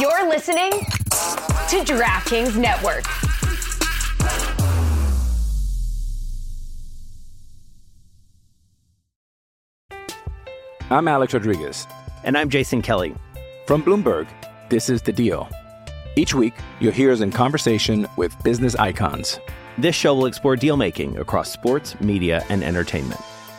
You're listening to DraftKings Network. I'm Alex Rodriguez. And I'm Jason Kelly. From Bloomberg, this is The Deal. Each week, you'll hear us in conversation with business icons. This show will explore deal making across sports, media, and entertainment.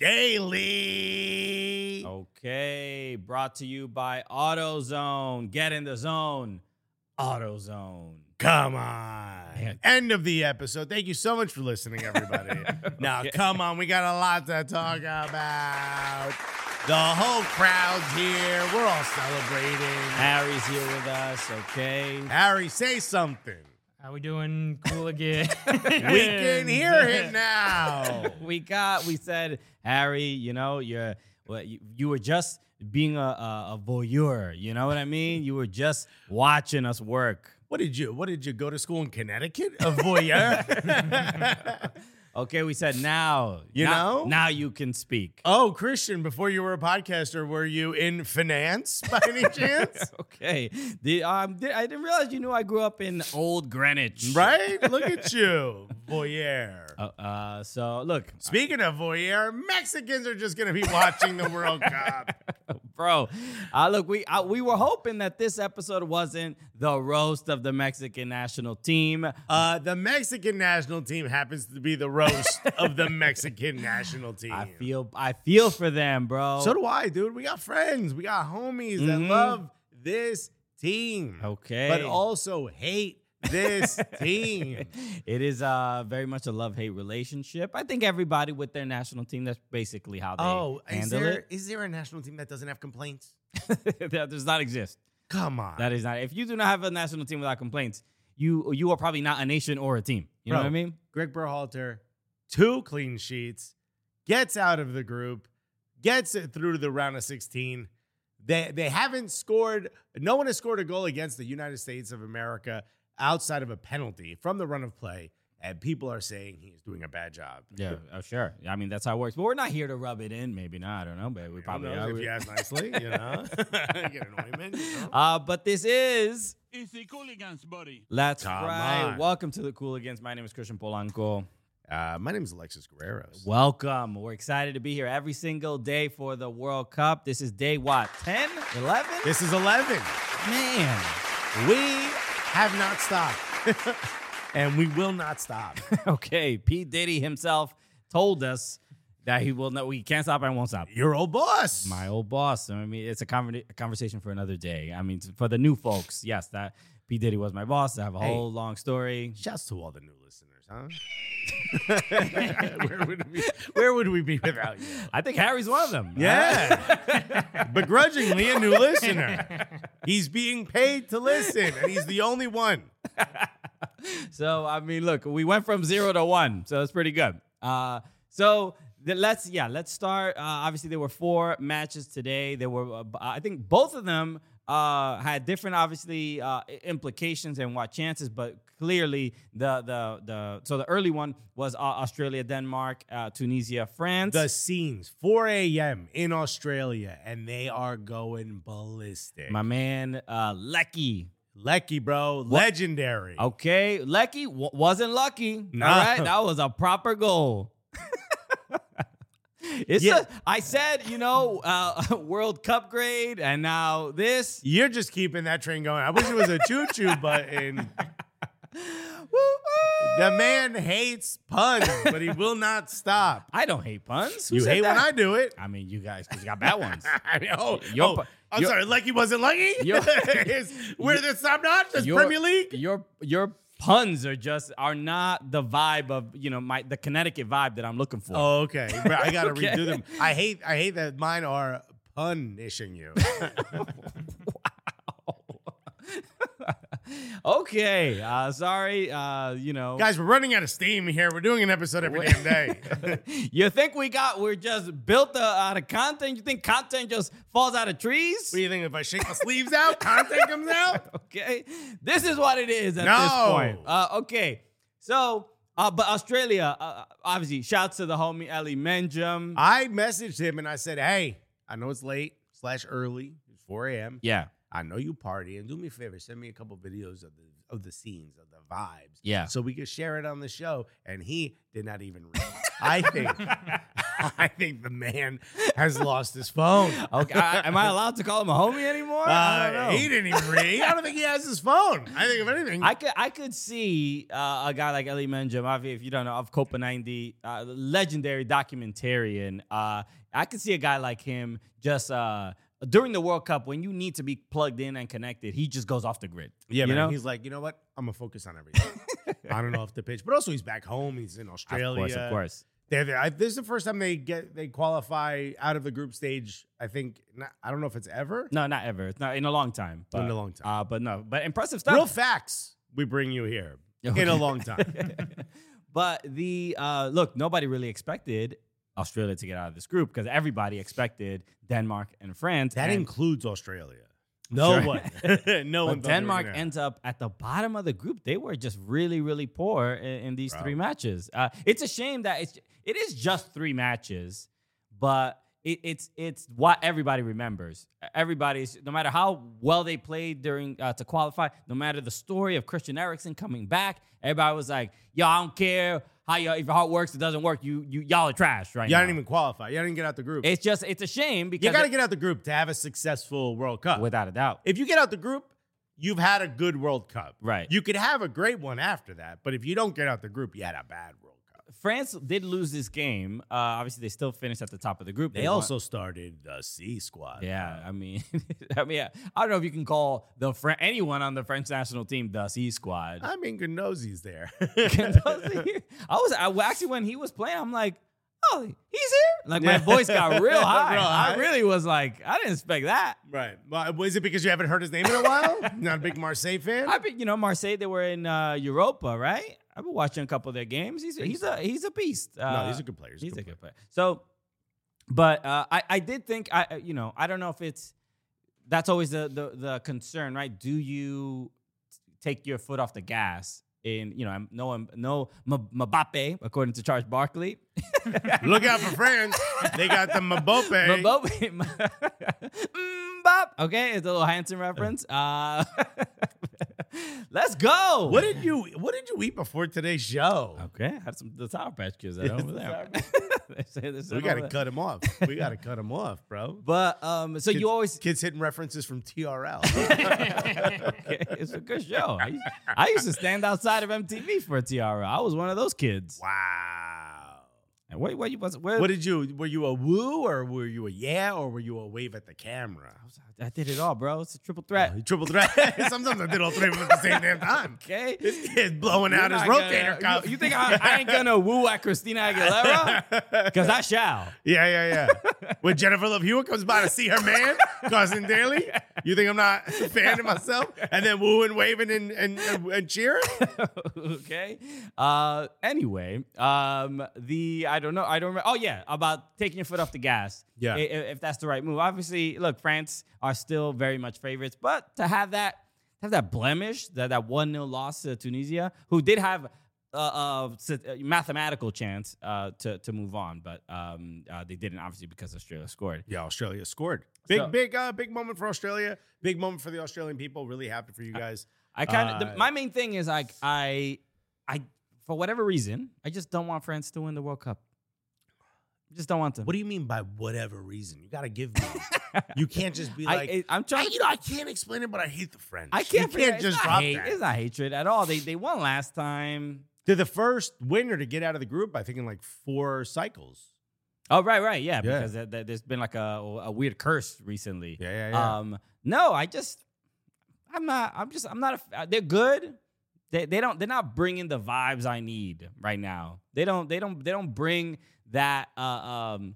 daily. Okay, brought to you by AutoZone. Get in the zone. AutoZone. Come on. Man. End of the episode. Thank you so much for listening, everybody. okay. Now, come on. We got a lot to talk about. The whole crowd's here. We're all celebrating. Harry's here with us, okay? Harry, say something. How we doing? Cool again. we can hear him now. we got, we said, Harry, you know, you're, well, you, you were just being a, a, a voyeur. You know what I mean? You were just watching us work. What did you, what did you go to school in Connecticut? A voyeur? Okay, we said now. You now, know? Now you can speak. Oh, Christian, before you were a podcaster, were you in finance by any chance? okay. The, um, I didn't realize you knew I grew up in old Greenwich. Right? Look at you, voyeur. Uh, uh, so, look. Speaking of voyeur, Mexicans are just going to be watching the World Cup. Bro, uh, look, we uh, we were hoping that this episode wasn't the roast of the Mexican national team. Uh, the Mexican national team happens to be the of the Mexican national team. I feel I feel for them, bro. So do I, dude. We got friends, we got homies mm-hmm. that love this team. Okay. But also hate this team. It is uh, very much a love hate relationship. I think everybody with their national team, that's basically how they oh, is there, it. Is there a national team that doesn't have complaints? that does not exist. Come on. That is not. If you do not have a national team without complaints, you you are probably not a nation or a team. You Bro, know what I mean? Greg Berhalter, two clean sheets, gets out of the group, gets it through the round of 16. They they haven't scored. No one has scored a goal against the United States of America outside of a penalty from the run of play. And people are saying he's doing a bad job. Yeah, oh, sure. I mean, that's how it works. But we're not here to rub it in. Maybe not. I don't know. But we probably knows, are. If you ask nicely, you know, get an ointment. You know? Uh, but this is it's the Cooligans, buddy. That's Come right. On. Welcome to the Cooligans. My name is Christian Polanco. Uh, my name is Alexis Guerreros. Welcome. We're excited to be here every single day for the World Cup. This is day what? 10? 11? This is 11. Man, we have not stopped. and we will not stop. okay. P. Diddy himself told us that he will not. We can't stop and won't stop. Your old boss, my old boss. I mean, it's a, conver- a conversation for another day. I mean, t- for the new folks, yes, that P Diddy was my boss. I have a hey, whole long story. Shouts to all the new listeners, huh? where, would we, where would we be without you? I think Harry's one of them. Yeah, begrudgingly a new listener. He's being paid to listen, and he's the only one. so I mean, look, we went from zero to one, so it's pretty good. Uh, so let's yeah let's start uh, obviously there were four matches today there were uh, i think both of them uh, had different obviously uh, implications and what chances but clearly the the the so the early one was uh, australia denmark uh, tunisia france the scenes 4 a.m in australia and they are going ballistic my man uh, lecky Lecky, bro, legendary. What? Okay, Lecky w- wasn't lucky. No. All right, that was a proper goal. It's yeah. a, I said, you know, uh, World Cup grade, and now this. You're just keeping that train going. I wish it was a choo choo button. the man hates puns, but he will not stop. I don't hate puns. Who you hate that? when I do it. I mean, you guys, because you got bad ones. I mean, oh, your, oh, I'm sorry, lucky wasn't lucky. Where this I'm not. This your, Premier League. Your your puns are just are not the vibe of you know my the Connecticut vibe that I'm looking for. Oh, okay. I gotta okay. redo them. I hate I hate that mine are punishing you. wow. okay. Uh, sorry. Uh, you know, Guys, we're running out of steam here. We're doing an episode every damn day. you think we got we're just built uh, out of content? You think content just falls out of trees? What do you think? If I shake my sleeves out, content comes out? okay, this is what it is at this No. point. Uh, okay, so uh, but Australia, uh, obviously, shouts to the homie Ellie Menjum. I messaged him and I said, hey, I know it's late slash early. It's 4 a.m. yeah, I know you party, and do me a favor, send me a couple videos of the of the scenes of the vibes, Yeah. so we could share it on the show. And he did not even read. I think, I think the man has lost his phone. okay. I, am I allowed to call him a homie anymore? I don't Uh, know. he didn't even read. I don't think he has his phone. I think if anything, I could I could see uh, a guy like Eli Menjem, obviously, if you don't know, of Copa 90, uh, legendary documentarian. Uh, I could see a guy like him just uh, during the World Cup when you need to be plugged in and connected, he just goes off the grid. yeah, you man, know? he's like, you know what? I'm gonna focus on everything. I don't know off the pitch, but also he's back home. He's in Australia. Of course, of course. They're there. I, this is the first time they get they qualify out of the group stage. I think. Not, I don't know if it's ever. No, not ever. It's not in a long time. But, In a long time. Uh, but no, but impressive stuff. Real facts we bring you here in a long time. But the uh, look, nobody really expected Australia to get out of this group because everybody expected Denmark and France. That and includes Australia. No Sure. one. no Well, one. thought they were Denmark gonna- ends up at the bottom of the group. They were just really, really poor in, in these three matches. Uh, it's a shame that it's it is just three matches, but it, it's it's what everybody remembers. Everybody's no matter how well they played during uh, to qualify, no matter the story of Christian Eriksen coming back, everybody was like, "Yo, I don't care how y'all, if your heart works, it doesn't work. You you y'all are trash right Y'all now." didn't even qualify. Y'all didn't get out the group. it's just it's a shame because you got to it- get out the group to have a successful World Cup. without a doubt. if you get out the group, you've had a good World Cup. Right. You could have a great one after that, but if you don't get out the group, you had a bad World Cup. France did lose this game. Uh, obviously, they still finished at the top of the group. They won- also started the C squad. Yeah, I mean, I mean, I don't know if you can call the Fran- anyone on the French national team the C squad. I mean, Gnozi's there. I was I, well, actually when he was playing, I'm like, oh, he's here. Like my voice got real Real high. I high. really was like, I didn't expect that. right. Well, was it because you haven't heard his name in a while? Not a big Marseille fan. I mean, you know, Marseille they were in uh, Europa, right? I've been watching a couple of their games. He's he's a he's a beast. Uh, no, he's a good player. He's, a good player. So, but uh, I I did think I I- you know I don't know if it's that's always the the, the concern, right? Do you t- take your foot off the gas? In you know I'm- no no M- Mbappe according to Charles Barkley, Look out for France. They got the Mbappe. Mbappe, Mbop. Okay, it's a little Hanson reference. Uh, let's go. What did you What did you eat before today's show? Okay, I had some the Sour Patch Kids at home. there. They say there's some We over gotta there. cut him off. We gotta cut him off, bro. But um, so you always kids hitting references from TRL. Okay, it's a good show. I used, I used to stand outside of MTV for a tiara. I was one of those kids. wow. And Wait, what you was? Where, What did you? Were you a woo or were you a yeah or were you a wave at the camera? I did it all, bro. It's a triple threat. Triple threat. Sometimes I did all three of them at the same damn time. Okay. This kid's blowing out You're his not rotator gonna- cuff. You, you think I, I ain't gonna woo at Christina Aguilera? Because I shall. Yeah, yeah, yeah. when Jennifer Love Hewitt comes by to see her man, Cousin Daly, you think I'm not fanning myself? And then wooing, waving, and, and, and, and cheering? okay. Uh, anyway, um, the I don't know. I don't remember. Oh yeah, about taking your foot off the gas. Yeah. i- i- if, that's the right move. Obviously, look, France are still very much favorites, but to have that have that blemish, that that one 0 loss to Tunisia, who did have. uh, uh, s- a mathematical chance uh, to to move on, but um, uh, they didn't obviously because Australia scored. Yeah, Australia scored. Big, So- big, uh, big moment for Australia. Big moment for the Australian people. Really happy for you guys. I kind of Uh, my main thing is like I I for whatever reason I just don't want France to win the World Cup. Just don't want them. What do you mean by whatever reason? You got to give me. you can't just be I, like, I, am I, trying. you know, I can't explain it, but I hate the French. I can't. You figure- can't it's just not drop hate- that. It's not hatred at all. They they won last time. They're the first winner to get out of the group. I think in like four cycles. Oh right, right, yeah. Yeah. Because th- th- there's been like a, a weird curse recently. Yeah, yeah, yeah. Um, no, I just I'm not. I'm just I'm not. A, f- uh, they're good. They they don't. They're not bringing the vibes I need right now. They don't. They don't. They don't bring that. Uh, um,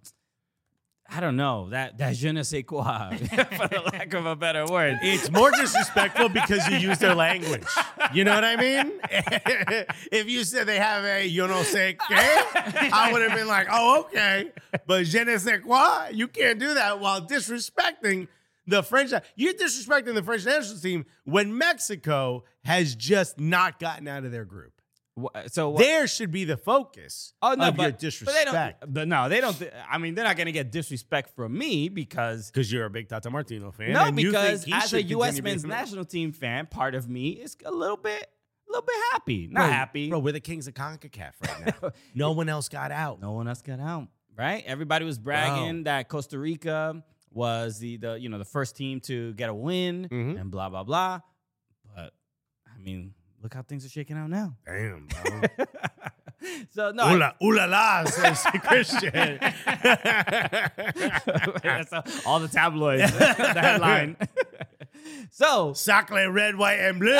I don't know that that je ne sais quoi, for the lack of a better word. It's more disrespectful because you use their language. You know what I mean? if you said they have a you know say que, I would have been like, oh, okay. But je ne sais quoi, you can't do that while disrespecting the French. You're disrespecting the French national team when Mexico has just not gotten out of their group. Wha- So what- There should be the focus of your oh, But, disrespect. they don't, but no, they don't. th- I mean, they're not going to get disrespect from me because Because you're a big Tata Martino fan. no, and you think because he as should a U.S. continue men's being the- national team fan, part of me is a little bit, a little bit happy, not Bro, happy. Bro, we're the kings of CONCACAF right now. no one else got out. no one else got out, right? Everybody was bragging that Costa Rica was the the you know the first team to get a win Mhm. and blah blah blah. But I mean, look how things are shaking out now. Damn, bro. so no, I- Oola, oola la, says Christian. That's all the tabloids. the headline. so, Sacre red, white, and blue.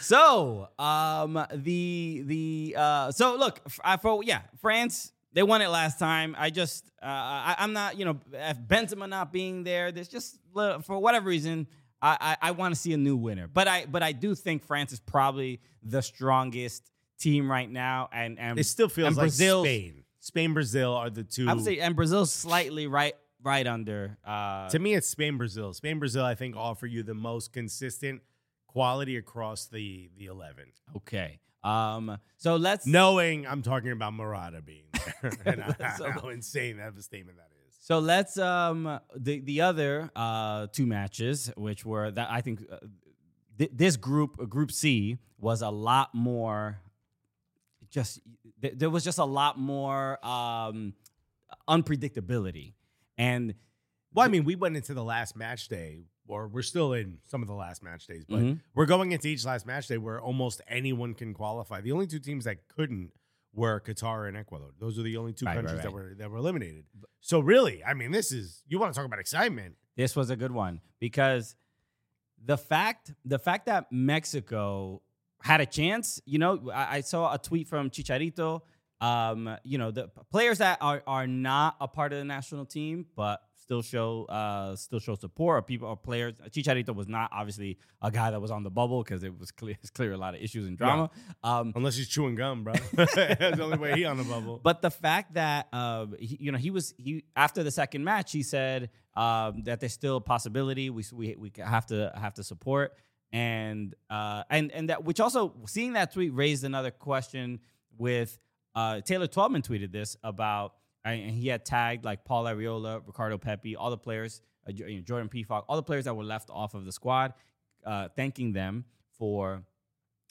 so, um, the the uh, so look, f- I, for yeah, France they won it last time. I just uh, I, I'm not you know if Benzema not being there, there's just little, for whatever reason. I, I, I want to see a new winner, but I but I do think France is probably the strongest team right now, and and it still feels and like Brazil's- Spain. Spain, Brazil are the two. I would say uh, and Brazil's slightly right right under. Uh, to me, it's Spain, Brazil. Spain, Brazil, I think, offer you the most consistent quality across the the eleven. Okay. Um. So let's. Knowing I'm talking about Murata being there, and So- how insane that of a statement that is. So let's. Um. The the other uh two matches, which were that I think uh, th- this group uh, Group C was a lot more. Just th- there was just a lot more um unpredictability, and Well, I mean, we went into the last match day, or we're still in some of the last match days, but Mhm. we're going into each last match day where almost anyone can qualify. The only two teams that couldn't were Qatar and Ecuador. Those are the only two Right, right, countries that right. were that were eliminated. So really, I mean, this is you want to talk about excitement. this was a good one because the fact the fact that Mexico had a chance, you know, I, I saw a tweet from Chicharito. Um, you know, the p- players that are are not a part of the national team, but still show uh still show support or people or players. Chicharito was not obviously a guy that was on the bubble because it was clear it's clear a lot of issues and drama. Um Unless he's chewing gum, bro. That's the only way he on the bubble. but the fact that um, he, you know he was he after the second match he said um, that there's still a possibility we we we have to have to support and uh, and and that which also seeing that tweet raised another question with uh, Taylor Twelman tweeted this about uh, and he had tagged like Paul Ariola, Ricardo Pepi, all the players, uh, Jo- you know, Jordan Peafock, all the players that were left off of the squad, uh, thanking them for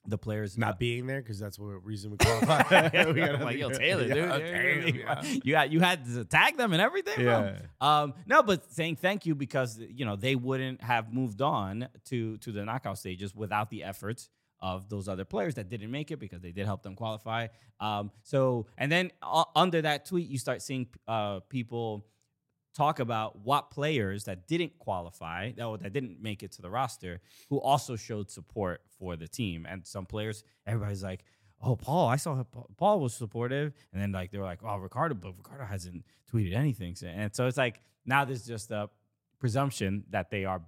the players not being there because that's what reason we qualify. We I'm gotta like, be- yo, Taylor, dude. Yeah, you're really- damn, yeah. You got you had to tag them and everything. bro. Um, no, but saying thank you because you know they wouldn't have moved on to to the knockout stages without the efforts of those other players that didn't make it because they did help them qualify. Um, so and then uh, under that tweet, you start seeing uh, people talk about what players that didn't qualify that, that didn't make it to the roster who also showed support for the team and some players everybody's like oh paul i saw how Pa- paul was supportive and then like they were like oh ricardo but ricardo hasn't tweeted anything so- and so it's like now there's just a presumption that they are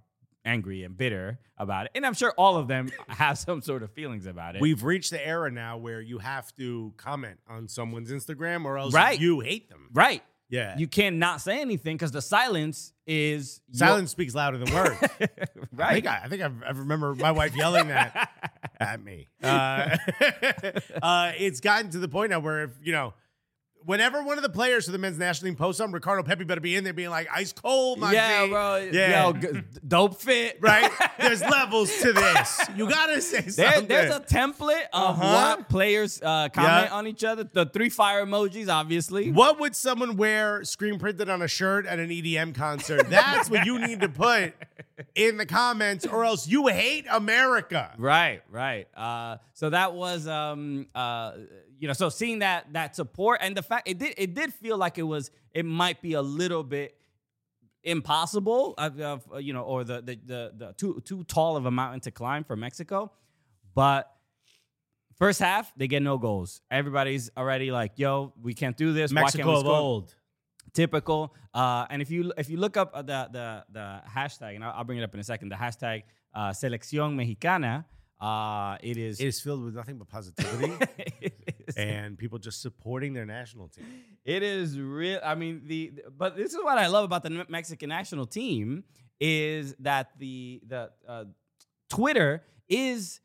angry and bitter about it and i'm sure all of them have some sort of feelings about it We've reached the era now where you have to comment on someone's Instagram or else Right. you hate them. right Yeah. you cannot say anything because the silence is your- Silence speaks louder than words. I right think I, I, think I, I remember my wife yelling that at me. Uh, uh, it's gotten to the point now where if you know, whenever one of the players for the men's national team posts something, Ricardo Pepi better be in there being like ice cold, my yeah, G." bro. Yeah. Yo, g- dope fit. right? There's levels to this. You gotta say There, something. there's a template of Uh-huh. what players uh, comment Yeah. on each other. The three fire emojis, obviously. What would someone wear screen printed on a shirt at an EDM concert? That's what you need to put in the comments, or else you hate America. Right, right. Uh, so that was, um, uh, you know, so seeing that that support and the fact it did it did feel like it was it might be a little bit impossible, of, of, uh, you know, or the, the the the too too tall of a mountain to climb for Mexico, but First half, they get no goals. Everybody's already like, "Yo, we can't do this. Why Mexico can't of we score?" old. typical. Uh, and if you if you look up uh, the the the hashtag, and I'll, I'll bring it up in a second, the hashtag uh, Selección Mexicana, uh, it is. It is filled with nothing but positivity it is- and people just supporting their national team. It is real. I mean, the but this is what I love about the Me- Mexican national team is that the the uh, Twitter is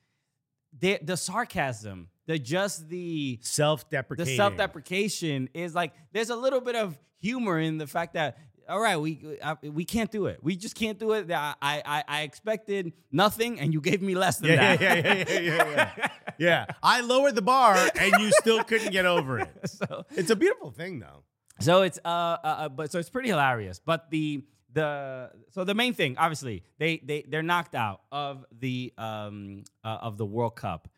the the sarcasm, the just the the Self-deprecating. self-deprecation is like there's a little bit of humor in the fact that all right we uh, I, we can't do it we just can't do it I, I I expected nothing and you gave me less than Yeah, that yeah, yeah, yeah, yeah, yeah, yeah. yeah. I lowered the bar and you still couldn't get over it. so It's a beautiful thing, though. so it's uh, uh uh, but so it's pretty hilarious but the the so the main thing obviously they they they're knocked out of the um uh, of the World Cup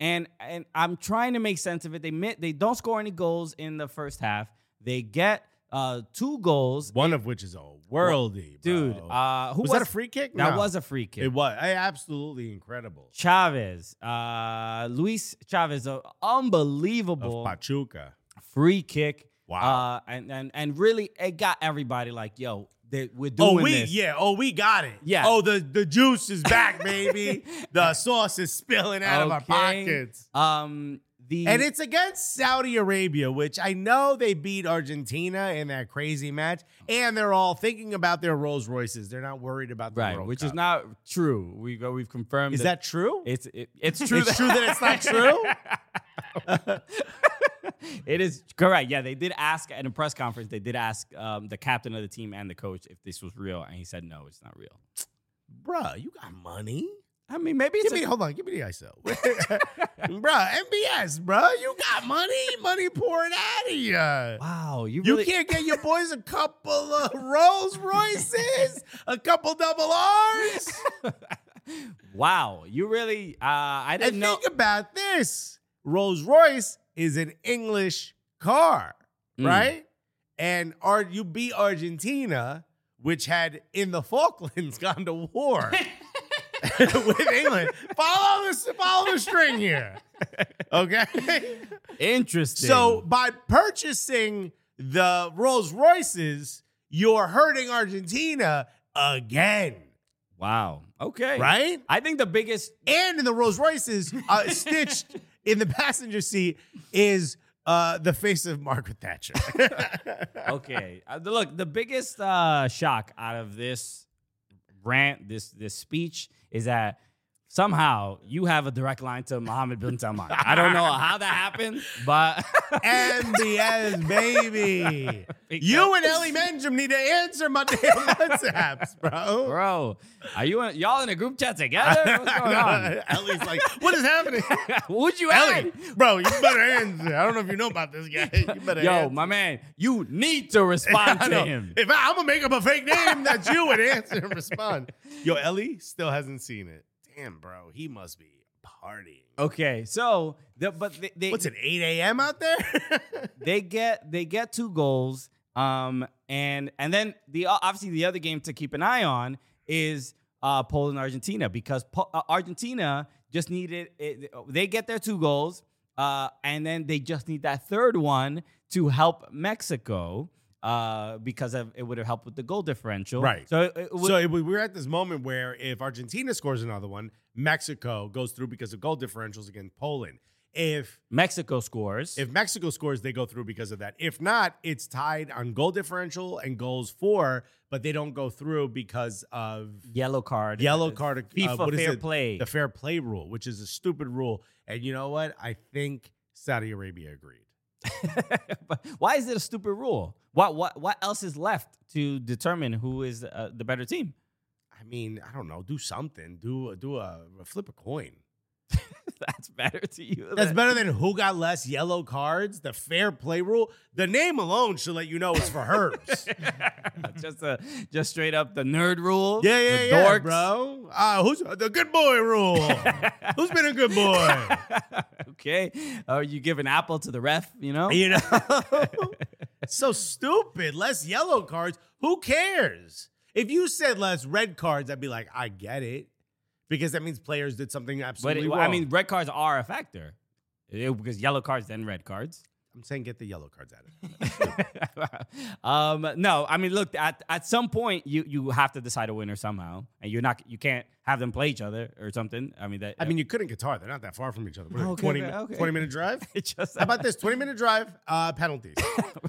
and and I'm trying to make sense of it they mi- they don't score any goals in the first half they get uh two goals One of which is a worldy, bro. Dude, uh, who was, that a free kick? That No. was a free kick. It was Hey, absolutely incredible. Chavez, uh, Luis Chavez, an unbelievable Of Pachuca. free kick. Wow. Uh, and, and and really, it got everybody like, yo, they, we're doing Oh, we this. yeah. Oh, we got it. Yeah. Oh, the the juice is back, baby. the sauce is spilling out of our Okay. pockets. Um, the And it's against Saudi Arabia, which I know they beat Argentina in that crazy match, and they're all thinking about their Rolls Royces. They're not worried about the right, World which is Cup. not true. We've uh, we've confirmed. Is that true? It's it, it's true. It's true that it's not true? it is correct. Yeah, they did ask at a press conference. They did ask um, the captain of the team and the coach if this was real, and he said no, it's not real. Bruh, you got money? I mean, maybe it's Give me, a, hold on, give me the ISO. bruh, MBS, bruh, you got money? Money pouring out of you. wow. You You really can't get your boys a couple of Rolls Royces, a couple double R's. Wow, you really? Uh, I didn't And know. think about this Rolls Royce is an English car, Mm. right? And Ar- you beat Argentina, which had in the Falklands gone to war with England. Follow the, follow the string here, okay? Interesting. So by purchasing the Rolls Royces, you're hurting Argentina again, wow. Okay. right? I think the biggest. And in the Rolls Royces, uh, stitched in the passenger seat is uh, the face of Margaret Thatcher. Okay. Uh, the- look, the biggest uh, shock out of this rant, this this speech, is that somehow you have a direct line to Mohammed bin Salman. I don't know how that happened, but MBS, baby. You and Ellie Menjum need to answer my damn WhatsApps, bro. bro, are you in, y'all in a group chat together? What's going on? Ellie's like, what is happening? Would you Ellie, add? bro, you better answer. I don't know if you know about this guy. You better Yo, answer. my man, you need to respond I to know. him. If I, I'm gonna make up a fake name that you would answer and respond. Yo, Ellie still hasn't seen it. Damn, bro, he must be partying. Okay, so the, but they, they What's it, 8 a.m. out there? they get they get two goals. Um, and and then the obviously the other game to keep an eye on is uh, Poland Argentina because po- uh, Argentina just needed it, they get their two goals. Uh, and then they just need that third one to help Mexico uh, because of, it would have helped with the goal differential. Right. So it, it would, so we- we're at this moment where if Argentina scores another one, Mexico goes through because of goal differentials against Poland. If Mexico scores. if Mexico scores, they go through because of that. If not, it's tied on goal differential and goals for, but they don't go through because of yellow card. yellow card. uh, FIFA what is fair it? play. The fair play rule, which is a stupid rule. And you know what? I think Saudi Arabia agreed. But why is it a stupid rule? What what what else is left to determine who is uh, the better team? I mean, I don't know. Do something. Do do a, flip a coin. That's better to you. That's than- better than who got less yellow cards. The fair play rule. The name alone should let you know it's for hers. yeah, just a just straight up the nerd rule. yeah, the yeah, dorks. bro. Uh, who's the good boy rule? who's been a good boy? okay, or you give an apple to the ref. You know. You know? so stupid. Less yellow cards. Who cares? If you said less red cards, I'd be like, I get it. Because that means players did something But absolutely it, wrong. I mean, red cards are a factor. Yeah, because yellow cards then red cards. I'm saying get the yellow cards out of it. um, no, I mean, look at at some point you you have to decide a winner somehow, and you're not you can't have them play each other or something. I mean that. I mean, you couldn't guitar. They're not that far from each other. What are they, Okay, 20, okay, mi- okay. 20 minute drive? it's just How about this? 20 minute drive, uh, penalties.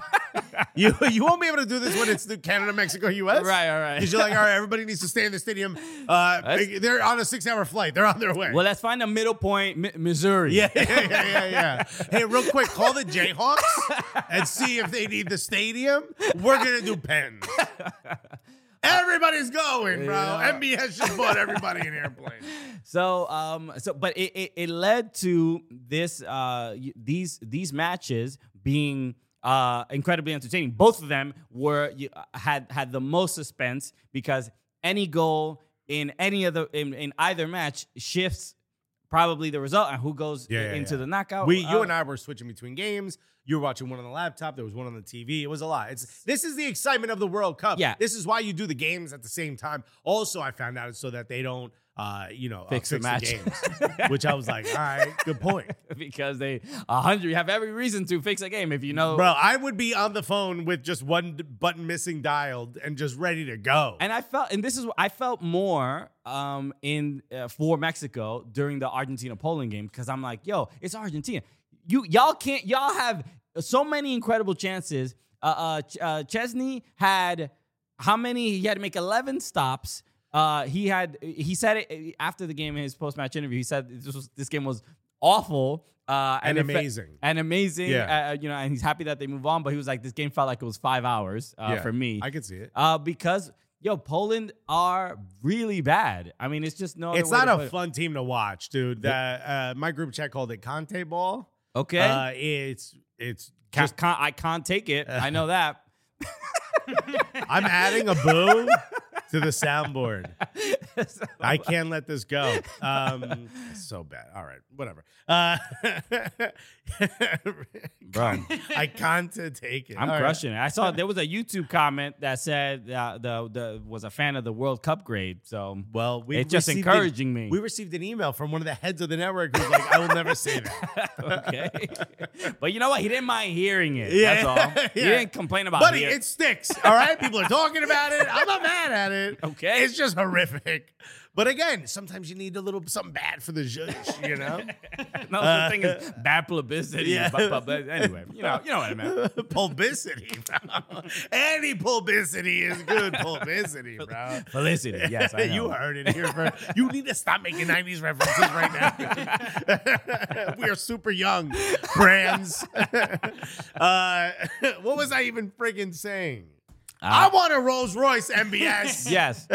you you won't be able to do this when it's the Canada, Mexico, US. Right, all right. Because you're like, all right, everybody needs to stay in the stadium. Uh, That's- they're on a six hour flight. They're on their way. Well, let's find a middle point, Mi- Missouri. yeah, yeah, yeah, yeah, yeah. Hey, real quick, call the Jayhawks and see if they need the stadium. We're gonna do pens. Everybody's going, bro. MBS just bought everybody an airplane. So, um, so, but it, it, it led to this, uh, y- these these matches being uh, incredibly entertaining. Both of them were you, uh, had had the most suspense because any goal in any of the in, in either match shifts probably the result and who goes Yeah, yeah, into yeah. the knockout. We, you uh, and I were switching between games. You were watching one on the laptop. There was one on the TV. It was a lot. It's this is the excitement of the World Cup. Yeah. this is why you do the games at the same time. Also, I found out it's so that they don't, uh, you know, uh, Fix the games, which I was like, all right, good point, because they a hundred you have every reason to fix a game if you know. bro. I would be on the phone with just one d- button missing dialed and just ready to go. And I felt, and this is, I felt more um, in uh, for Mexico during the Argentina Poland game because I'm like, yo, it's Argentina. You y'all can't y'all have so many incredible chances. Uh, uh, Ch- uh, Chesney had how many? He had to make 11 stops. Uh, he had he said it uh, after the game in his post match interview. He said this was this game was awful. Uh, And it fe- amazing. and amazing, Yeah. uh, you know, and he's happy that they move on. But he was like, this game felt like it was five hours uh, Yeah, for me. I could see it. Uh, because yo, Poland are really bad. I mean, it's just no. other it's way not to a put it. fun team to watch, dude. The, uh, my group chat called it Conte Ball. Okay, Uh, it's it's Ca- can't- I can't take it. I know that. I'm adding a boo to the soundboard. I can't let this go. Um, it's so bad. All right, whatever. Uh, Bro. I can't take it. I'm All right. crushing it. I saw there was a YouTube comment that said uh, the the was a fan of the World Cup grade. So Well, we it's just received encouraging an- me. We received an email from one of the heads of the network who's like, "I will never say that." okay, but you know what? He didn't mind hearing it. That's all. He yeah. didn't complain about Buddy, hear- it sticks. All right. People are talking about it. I'm not mad at it. Okay. It's just horrific. But again, sometimes you need a little something bad for the zhuzh, you know? No, the thing is bad publicity. uh, yeah. but- but- but anyway, you know, you know what I meant. publicity, bro. Any publicity is good publicity, bro. Felicity. Yes, I know. You heard it here first. You need to stop making 90s references right now. we are super young, brands. uh, what was I even friggin' saying? Ah. I want a Rolls Royce MBS. yes.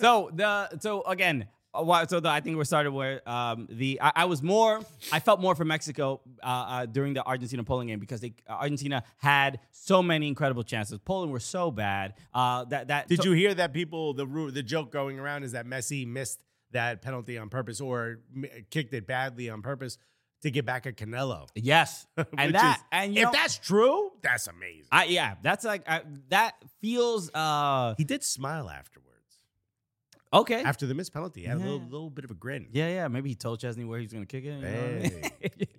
So the so again, uh, why- so the, I think we started where um, the I, I was more I felt more for Mexico uh, uh, during the Argentina Poland game because they uh, Argentina had so many incredible chances. Poland were so bad uh, that that Did so- you hear that people, the ru- the joke going around is that Messi missed that penalty on purpose or m- kicked it badly on purpose to get back at Canelo? Yes, and Which that is- and you if know, that's true, that's amazing. I, yeah, that's like I, that feels uh he did smile afterwards. okay. After the missed penalty, he had a little, Yeah. little bit of a grin. yeah, Uh, yeah. Maybe he told Chesney where he was gonna kick it. you know what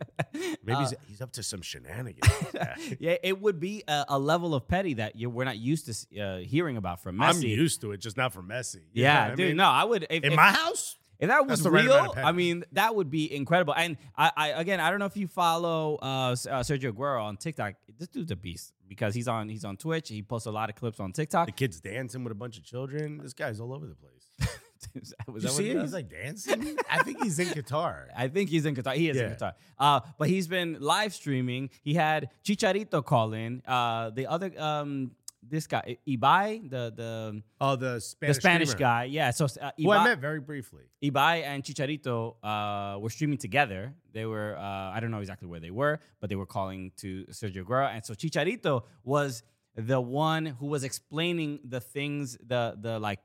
I mean? Maybe he's, he's up to some shenanigans. Yeah. yeah, it would be a, a level of petty that you, we're not used to uh, hearing about from Messi. I'm used to it, just not for Messi. You know Yeah, what I dude. mean? no, I would. If, In if- my house, if that was the right real, amount of petty. I mean, that would be incredible. And I, I again, I don't know if you follow uh, S- uh, Sergio Aguero on TikTok. This dude's a beast because he's on he's on Twitch. He posts a lot of clips on TikTok. the kid's dancing with a bunch of children. This guy's all over the place. Is that what You it see him? is? He's like dancing. I think he's in Qatar. I think he's in Qatar. He is in Yeah. Qatar. Uh, but he's been live streaming. He had Chicharito call in. Uh, the other um, this guy I- Ibai, the the Oh, the Spanish, the Spanish streamer, guy. Yeah. So uh, Ibai, who I met very briefly. Ibai and Chicharito uh, were streaming together. They were, uh, I don't know exactly where they were, but they were calling to Sergio Aguero. And so Chicharito was the one who was explaining the things, the, the like,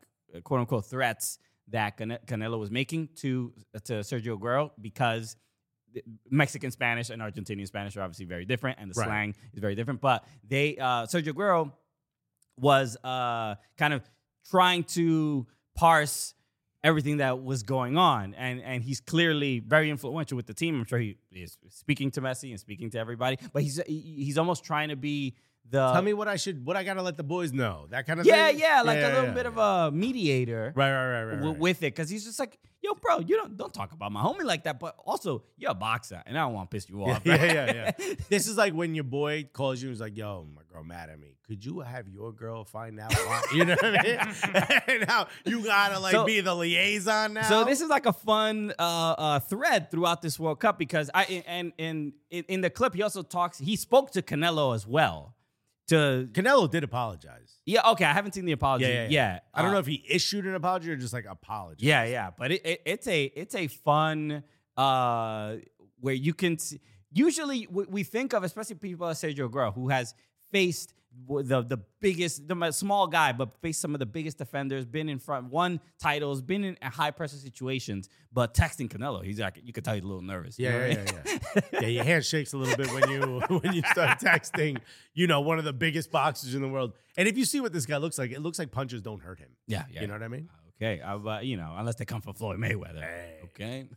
quote unquote threats that Cane- Canelo was making to, to Sergio Aguero because Mexican Spanish and Argentinian Spanish are obviously very different, and the Right. slang is very different. But they, uh, Sergio Aguero was uh, kind of trying to parse everything that was going on. And and he's clearly very influential with the team. I'm sure he is speaking to Messi and speaking to everybody, but he's he- he's almost trying to be the Tell me what I should, what I gotta let the boys know. That kind of Uh, yeah, thing. yeah, like a little yeah. bit of a mediator Right, right, right, right. w- right. with it because he's just like, yo, bro, you don't don't talk about my homie like that. But also, you're a boxer, and I don't want to piss you off. yeah, yeah, yeah. this is like when your boy calls you and is like, yo, my girl mad at me. Could you have your girl find out why? You know what I mean? now you gotta like So- be the liaison now. So this is like a fun uh, uh, thread throughout this World Cup because I and and in, in the clip he also talks. He spoke to Canelo as well. To Canelo did apologize. yeah, okay, I haven't seen the apology. Yeah, Yeah, yeah, yeah. I don't Uh, know if he issued an apology or just like apologized. Yeah, yeah, but it, it, it's a it's a fun uh where you can see, usually we, we think of especially people like Sergio Aguero who has faced w- the the biggest the mo- small guy but faced some of the biggest defenders, been in front, won titles, been in high pressure situations. But texting Canelo, he's like you could tell he's a little nervous. you know Yeah, what I yeah, mean? yeah, yeah. yeah, your hand shakes a little bit when you when you start texting. You know, one of the biggest boxers in the world. And if you see what this guy looks like, it looks like punches don't hurt him. yeah, yeah. You know what I mean? Okay, I, uh, you know, unless they come from Floyd Mayweather. Okay.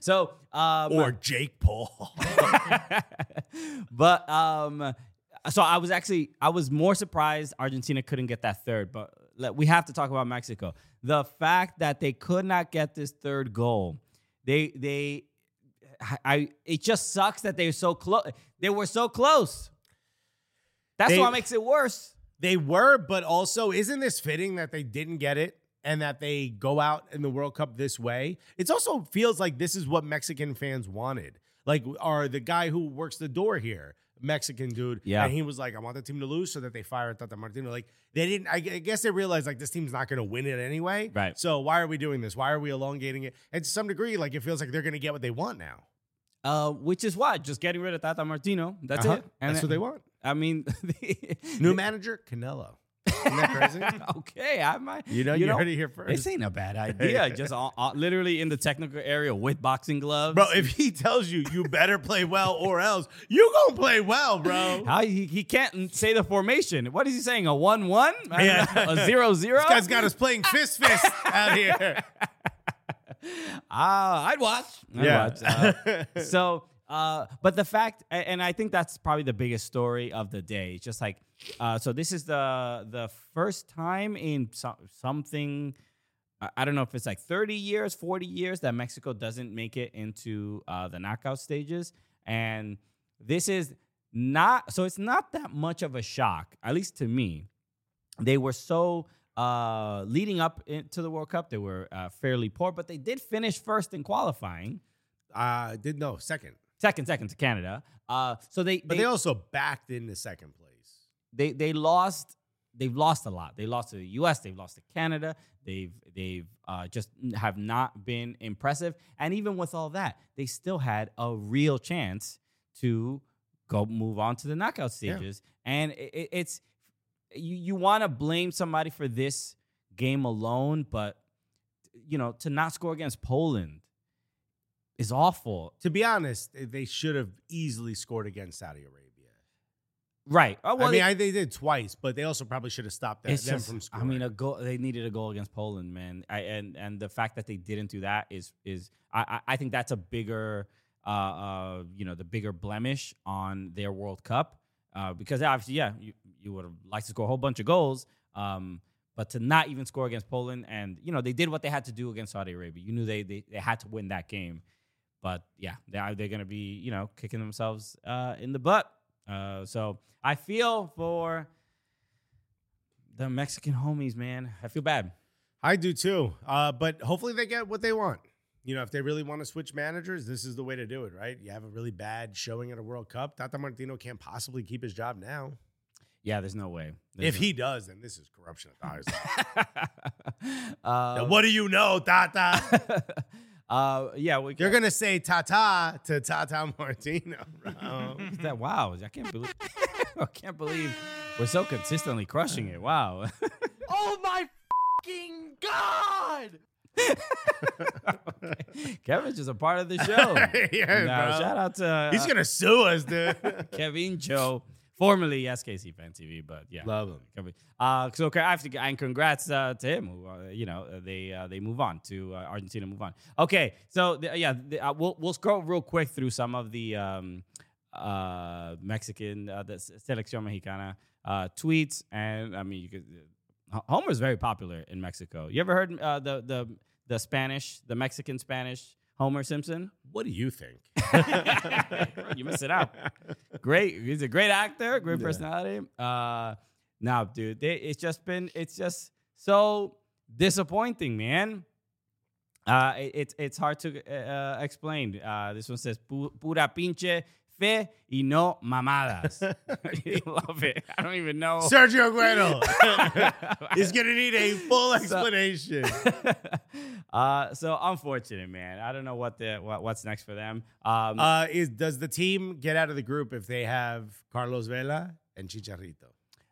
So, um, or Jake Paul. but um, so I was actually I was more surprised Argentina couldn't get that third. But let- we have to talk about Mexico. The fact that they could not get this third goal, they they, I it just sucks that they're so close. They were so close. That's They- what makes it worse. They were, but also, isn't this fitting that they didn't get it and that they go out in the World Cup this way? It also feels like this is what Mexican fans wanted. Like, are the guy who works the door here, Mexican dude, Yeah. and he was like, "I want the team to lose so that they fire Tata Martino." Like, they didn't. I gu- I guess they realized like this team's not going to win it anyway. Right. So why are we doing this? Why are we elongating it? And to some degree, like it feels like they're going to get what they want now. Uh, which is why just getting rid of Tata Martino. That's Uh-huh. it. That's what they want. I mean, New manager Canelo. Isn't that crazy? okay, I might. You know, you heard it here first. This ain't a bad idea. Just all, all- literally in the technical area with boxing gloves. Bro, if he tells you you better play well or else, you gonna play well, bro. how he, he can't say the formation. What is he saying? A one one? Yeah. a zero zero? This guy's got us playing fist fist out here. Ah, I'd watch. I'd Yeah. watch. Uh, so, uh, but the fact, a- and I think that's probably the biggest story of the day. It's just like, uh, so this is the the first time in so- something. I- I don't know if it's like 30 years, 40 years that Mexico doesn't make it into uh, the knockout stages. And this is not, so it's not that much of a shock, at least to me, they were so uh, leading up in- to the World Cup, they were uh, fairly poor, but they did finish first in qualifying, Uh did no second. second, second to Canada. Uh, so they, But they, also backed into second place. they they lost. They've lost a lot. They lost to the U.S. They've lost to Canada. They've they've uh, just have not been impressive. And even with all that, they still had a real chance to go move on to the knockout stages. And i- i- it's you you want to blame somebody for this game alone, but you know, to not score against Poland is awful. To be honest, they should have easily scored against Saudi Arabia. Right. Oh, well, I mean, they, I, they did twice, but they also probably should have stopped that, them just, from scoring. I mean, a goal. They needed a goal against Poland, man. I, and and the fact that they didn't do that is is I I think that's a bigger uh, uh you know the bigger blemish on their World Cup uh, because obviously yeah you you would have liked to score a whole bunch of goals um but to not even score against Poland and you know they did what they had to do against Saudi Arabia. You knew they they, they had to win that game, but yeah they are, they're gonna be you know kicking themselves uh, in the butt. Uh, so I feel for the Mexican homies, man. I feel bad. I do too. Uh, but hopefully they get what they want. You know, if they really want to switch managers, this is the way to do it, right? You have a really bad showing at a World Cup. Tata Martino can't possibly keep his job now. Yeah, there's no way. There's if no. he does, then this is corruption at the highest level. um, what do you know, Tata? Uh, yeah, we you're gonna say Tata to Tata Martino. that wow, I can't believe I can't believe we're so consistently crushing it. Wow. oh my fucking god. okay. Kevin's just a part of the show. yeah, now, shout out to uh, he's gonna sue us, dude. Kevin Joe, formerly SKC Fan TV, but yeah, love him. Kevin. Uh, so okay, I have to and congrats uh, to him. Who, uh, you know they uh, they move on to uh, Argentina. Move on. Okay, so the, yeah, the, uh, we'll we'll scroll real quick through some of the um, uh, Mexican uh, the Selección Mexicana uh, tweets, and I mean you could. uh, Homer's very popular in Mexico. You ever heard uh, the the the Spanish, the Mexican Spanish Homer Simpson? What do you think? you miss it out. Great, he's a great actor, great personality. Uh, now, nah, dude, they, it's just been it's just so disappointing, man. Uh, it, it's it's hard to uh, explain. Uh, this one says pura pinche fe y no mamadas. I love it. I don't even know. Oh. Sergio Aguero is going to need a full explanation. So, uh, so unfortunate, man. I don't know what the what, what's next for them. Um, uh, is does the team get out of the group if they have Carlos Vela and Chicharito?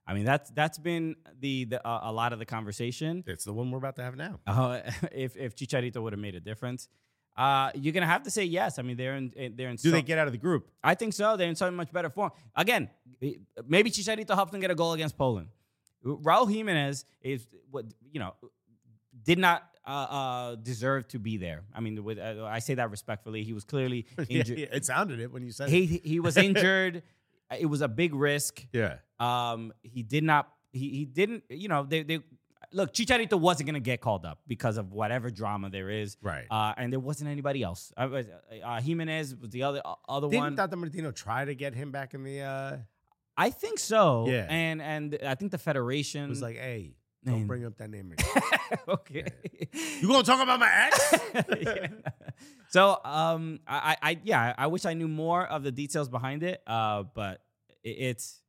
I mean that's that's been the, the uh, a lot of the conversation. It's the one we're about to have now. if if Chicharito would have made a difference, uh, you're gonna have to say yes. I mean, they're in. eh, They're in. Do so, they get out of the group? I think so. They're in so much better form. Again, eh, maybe Chicharito helped them get a goal against Poland. Raúl Jiménez is what you know did not uh, uh, deserve to be there. I mean, with, uh, I say that respectfully. He was clearly injured. yeah, yeah, it sounded it when you said he he was injured. it was a big risk. Yeah. Um. He did not. He he didn't. You know. They they look, Chicharito wasn't going to get called up because of whatever drama there is. Right. Uh, and there wasn't anybody else. Uh, uh, Jimenez was the other uh, other Didn't one. Didn't Tata Martino try to get him back in the. uh, I think so. Yeah. And and I think the federation was like, hey. Don't man. bring up that name again. okay. You gonna talk about my ex? yeah. So um I, I yeah, I wish I knew more of the details behind it. Uh but it, it's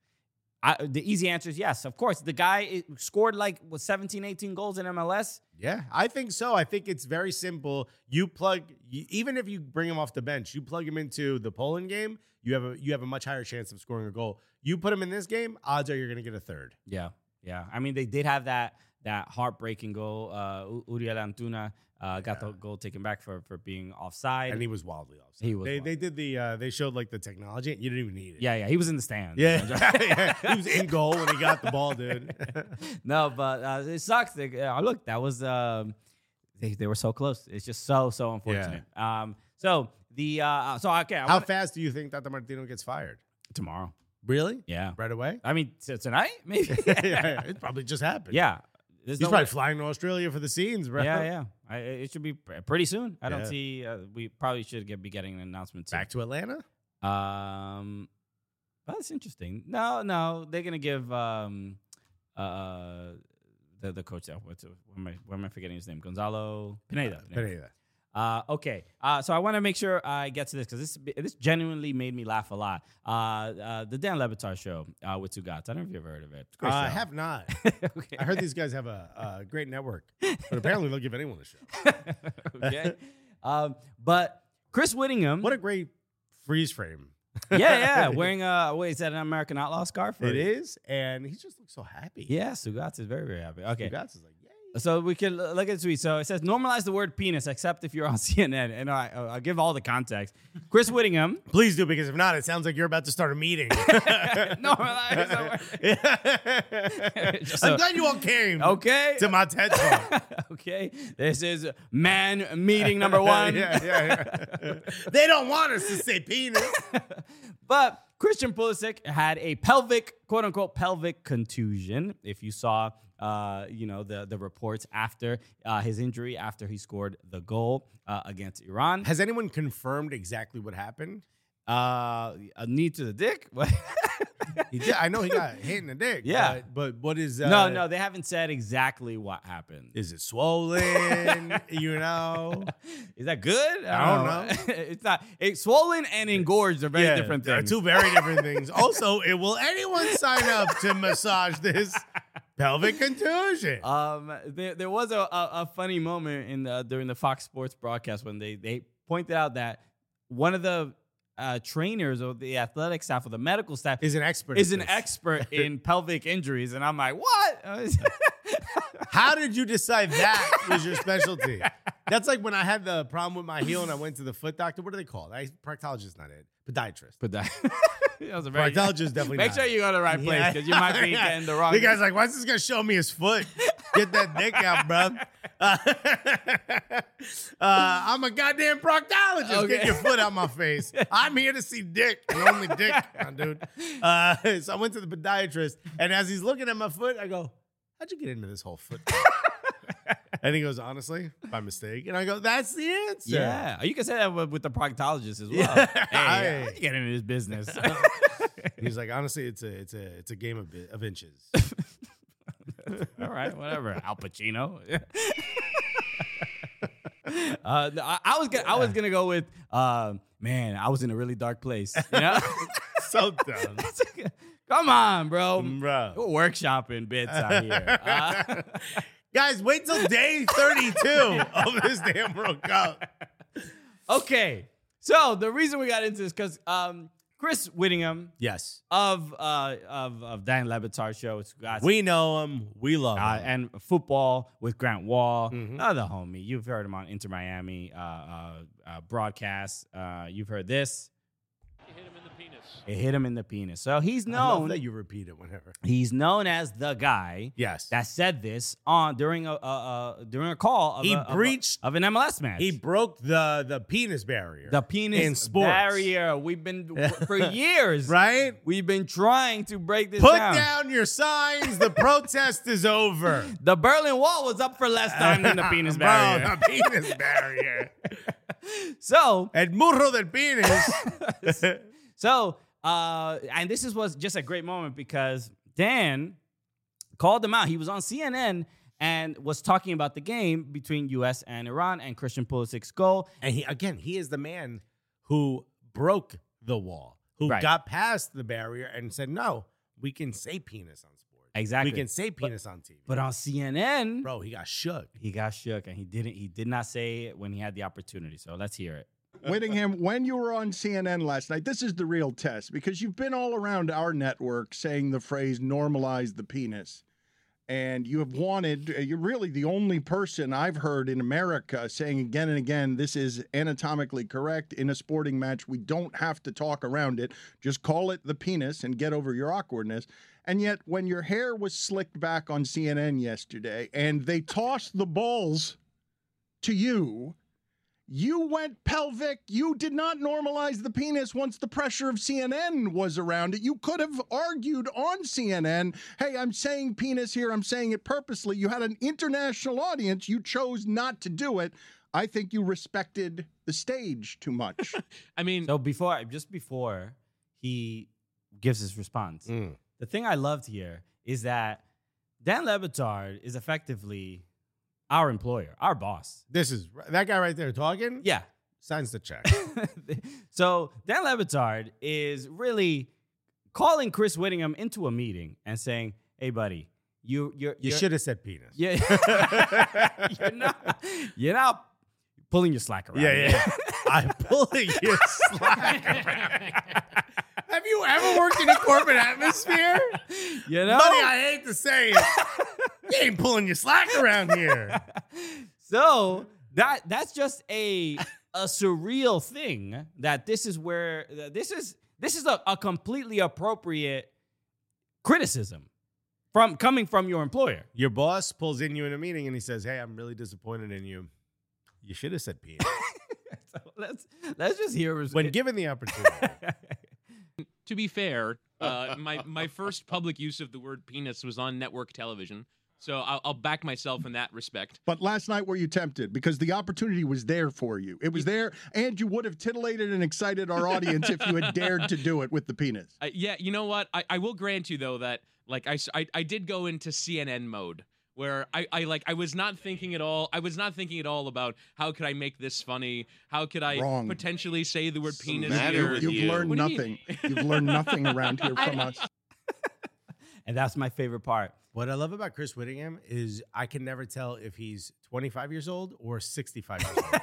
I, the easy answer is yes, of course. The guy scored like what, 17, 18 goals in MLS. Yeah, I think so. I think it's very simple. You plug, you, even if you bring him off the bench, you plug him into the Poland game, you have a you have a much higher chance of scoring a goal. You put him in this game, odds are you're going to get a third. Yeah, yeah. I mean, they did have that that heartbreaking goal. Uh, Uriel Antuna uh, got yeah. the goal taken back for for being offside, and he was wildly offside. He was. They, they did the uh, they showed like the technology. You didn't even need it. Yeah, yeah. He was in the stand. Yeah, yeah. he was in goal when he got the ball, dude. no, but uh, it sucks. They, uh, look, that was um, they they were so close. It's just so so unfortunate. Yeah. Um, so the uh, so okay. How fast do you think that the Martino gets fired tomorrow? Really? Yeah. Right away? I mean, t- tonight? Maybe. yeah, it probably just happened. Yeah. There's He's no probably way. flying to Australia for the scenes, bro. Yeah, yeah. I, it should be uh, pretty soon. I yeah. don't see. Uh, we probably should get, be getting an announcement. Soon. Back to Atlanta. Um, that's interesting. No, no, they're gonna give um, uh, the the coach. That, what's what am I? What am I forgetting his name? Gonzalo Pineda. Uh, Pineda. Uh, okay, uh, so I want to make sure I get to this because this this genuinely made me laugh a lot. Uh, the Dan Levitar show uh, with two gods. I don't know if you've ever heard of it. uh, Uh, I have not. okay. I heard these guys have a, a great network, but apparently they'll give anyone a Mm-hmm. show. okay, um, but Chris Whittingham. What a great freeze frame. yeah, yeah. Wearing a wait, is that an American Outlaw scarf? It you? is, and he just looks so happy. Yeah, Sugats is very, very happy. Okay, Sugats is like, So we can l- look at the tweet. So it says normalize the word penis, except if you're on CNN. And I, uh, I'll give all the context. Chris Whittingham. Please do, because if not, it sounds like you're about to start a meeting. I'm glad you all came. Okay. To my TED talk. okay. This is man meeting number one. Yeah, yeah, yeah. they don't want us to say penis. but Christian Pulisic had a pelvic, quote unquote, pelvic contusion. If you saw, uh, you know, the the reports after uh, his injury, after he scored the goal uh, against Iran. Has anyone confirmed exactly what happened? Uh, a knee to the dick. He did- I know he got hit in the dick. Yeah. but- but what is uh, no, no, they haven't said exactly what happened. Is it swollen? you know, Is that good? I don't it's not. It's swollen and engorged are very Yeah, different they're things. Two very different things. Also, it will anyone sign up to massage this pelvic contusion? Um, there, there was a, a, a funny moment in the, during the Fox Sports broadcast when they they pointed out that one of the uh, trainers or the athletic staff or the medical staff Is an expert. is at an this. expert in pelvic injuries, and I'm like, what? How did you decide that was your specialty? That's like when I had the problem with my heel and I went to the foot doctor. What are they called? I, proctologist, not it. Podiatrist. But that, that was a very Proctologist definitely. Make not sure it. you go to the right place Yeah. because you might be Yeah. getting the wrong. The guy's like, why's this guy show me his foot? Get that dick out, bro. Uh, uh, I'm a goddamn proctologist. Get Okay. your foot out my face. I'm here to see dick and only dick, my dude. Uh, so I went to the podiatrist, and as he's looking at my foot, I go, how'd you get into this whole foot? and he goes, honestly, by mistake. And I go, that's the answer. yeah, you can say that with, with the proctologist as well. Yeah. Hey, I- how'd you get into this business. He's like, honestly, it's a it's a it's a game of, bi- of inches. All right, whatever. Al Pacino. uh, no, I, I was gonna, I was gonna go with um, man. I was in a really dark place. You know? so dumb. Come on, bro. Mm, Bro. We're workshopping bits out here. Uh, Guys, wait till day 32 of this damn World Cup. okay, so the reason we got into this because um, Chris Whittingham Yes. of uh, of of Dan Levitar show. It's got We know him. We love uh, him. and football with Grant Wall, Mm-hmm. another homie. You've heard him on Inter Miami uh, uh, uh, broadcast. Uh, you've heard this. It hit him in the penis. So he's I love known. that you repeat it whenever. He's known as the guy Yes. that said this on during a, a, a during a call. Of He a- of a- breached- of, an MLS match. He broke the, the penis barrier. the penis in sports. barrier. We've been for years. Right? We've been trying to break this Put down. down your signs. The protest is over. The Berlin Wall was up for less time than the penis Bro, barrier. the penis barrier. So El murro del penis. So, uh, and this is was just a great moment because Dan called him out. He was on CNN and was talking about the game between U.S. and Iran and Christian Pulisic's goal. And he again, he is the man who broke the wall, who Right. got past the barrier and said, "No, we can say penis on sports. Exactly. we can say penis on TV." But on Mm-hmm. CNN, bro, he got shook. he got shook and he didn't. He did not say it when he had the opportunity. So let's hear it. Whittingham, when you were on CNN last night, this is the real test because you've been all around our network saying the phrase normalize the penis. And you have wanted, uh, you're really the only person I've heard in America saying again and again, this is anatomically correct in a sporting match. We don't have to talk around it. Just call it the penis and get over your awkwardness. And yet, when your hair was slicked back on CNN yesterday and they tossed the balls to you, you went pelvic. You did not normalize the penis once the pressure of CNN was around it. You could have argued on CNN, hey, I'm saying penis here. I'm saying it purposely. You had an international audience. You chose not to do it. I think you respected the stage too much. I mean, So before, just before he gives his response, Mm. the thing I loved here is that Dan Levitard is effectively our employer, our boss. This is that guy right there talking. Yeah. signs the check. so Dan Levitard is really calling Chris Whittingham into a meeting and saying, "Hey, buddy, you you're, You you're- should have said penis. yeah, you're not you're not pulling your slack around. yeah, yeah. I'm pulling your slack. Have you ever worked in a corporate atmosphere? You know, Buddy, I hate to say it. You ain't pulling your slack around here. so that that's just a a surreal thing that this is where that this is this is a, a completely appropriate criticism from coming from your employer. Your boss pulls in you in a meeting and he says, "Hey, I'm really disappointed in you. You should have said penis." so let's let's just hear his- when given the opportunity. to be fair, uh, my my first public use of the word penis was on network television, so I'll, I'll back myself in that respect. But last night, were you tempted? Because the opportunity was there for you. It was there, and you would have titillated and excited our audience if you had dared to do it with the penis. Uh, yeah, you know what? I, I will grant you though that like I, s- I- I did go into CNN mode where I, I like I was not thinking at all. I was not thinking at all about how could I make this funny? How could I Wrong. potentially say the word penis matter here? with You've you? learned What do you nothing. mean? You've learned nothing around here from us. and that's my favorite part. What I love about Chris Whittingham is I can never tell if he's 25 years old or 65 years old.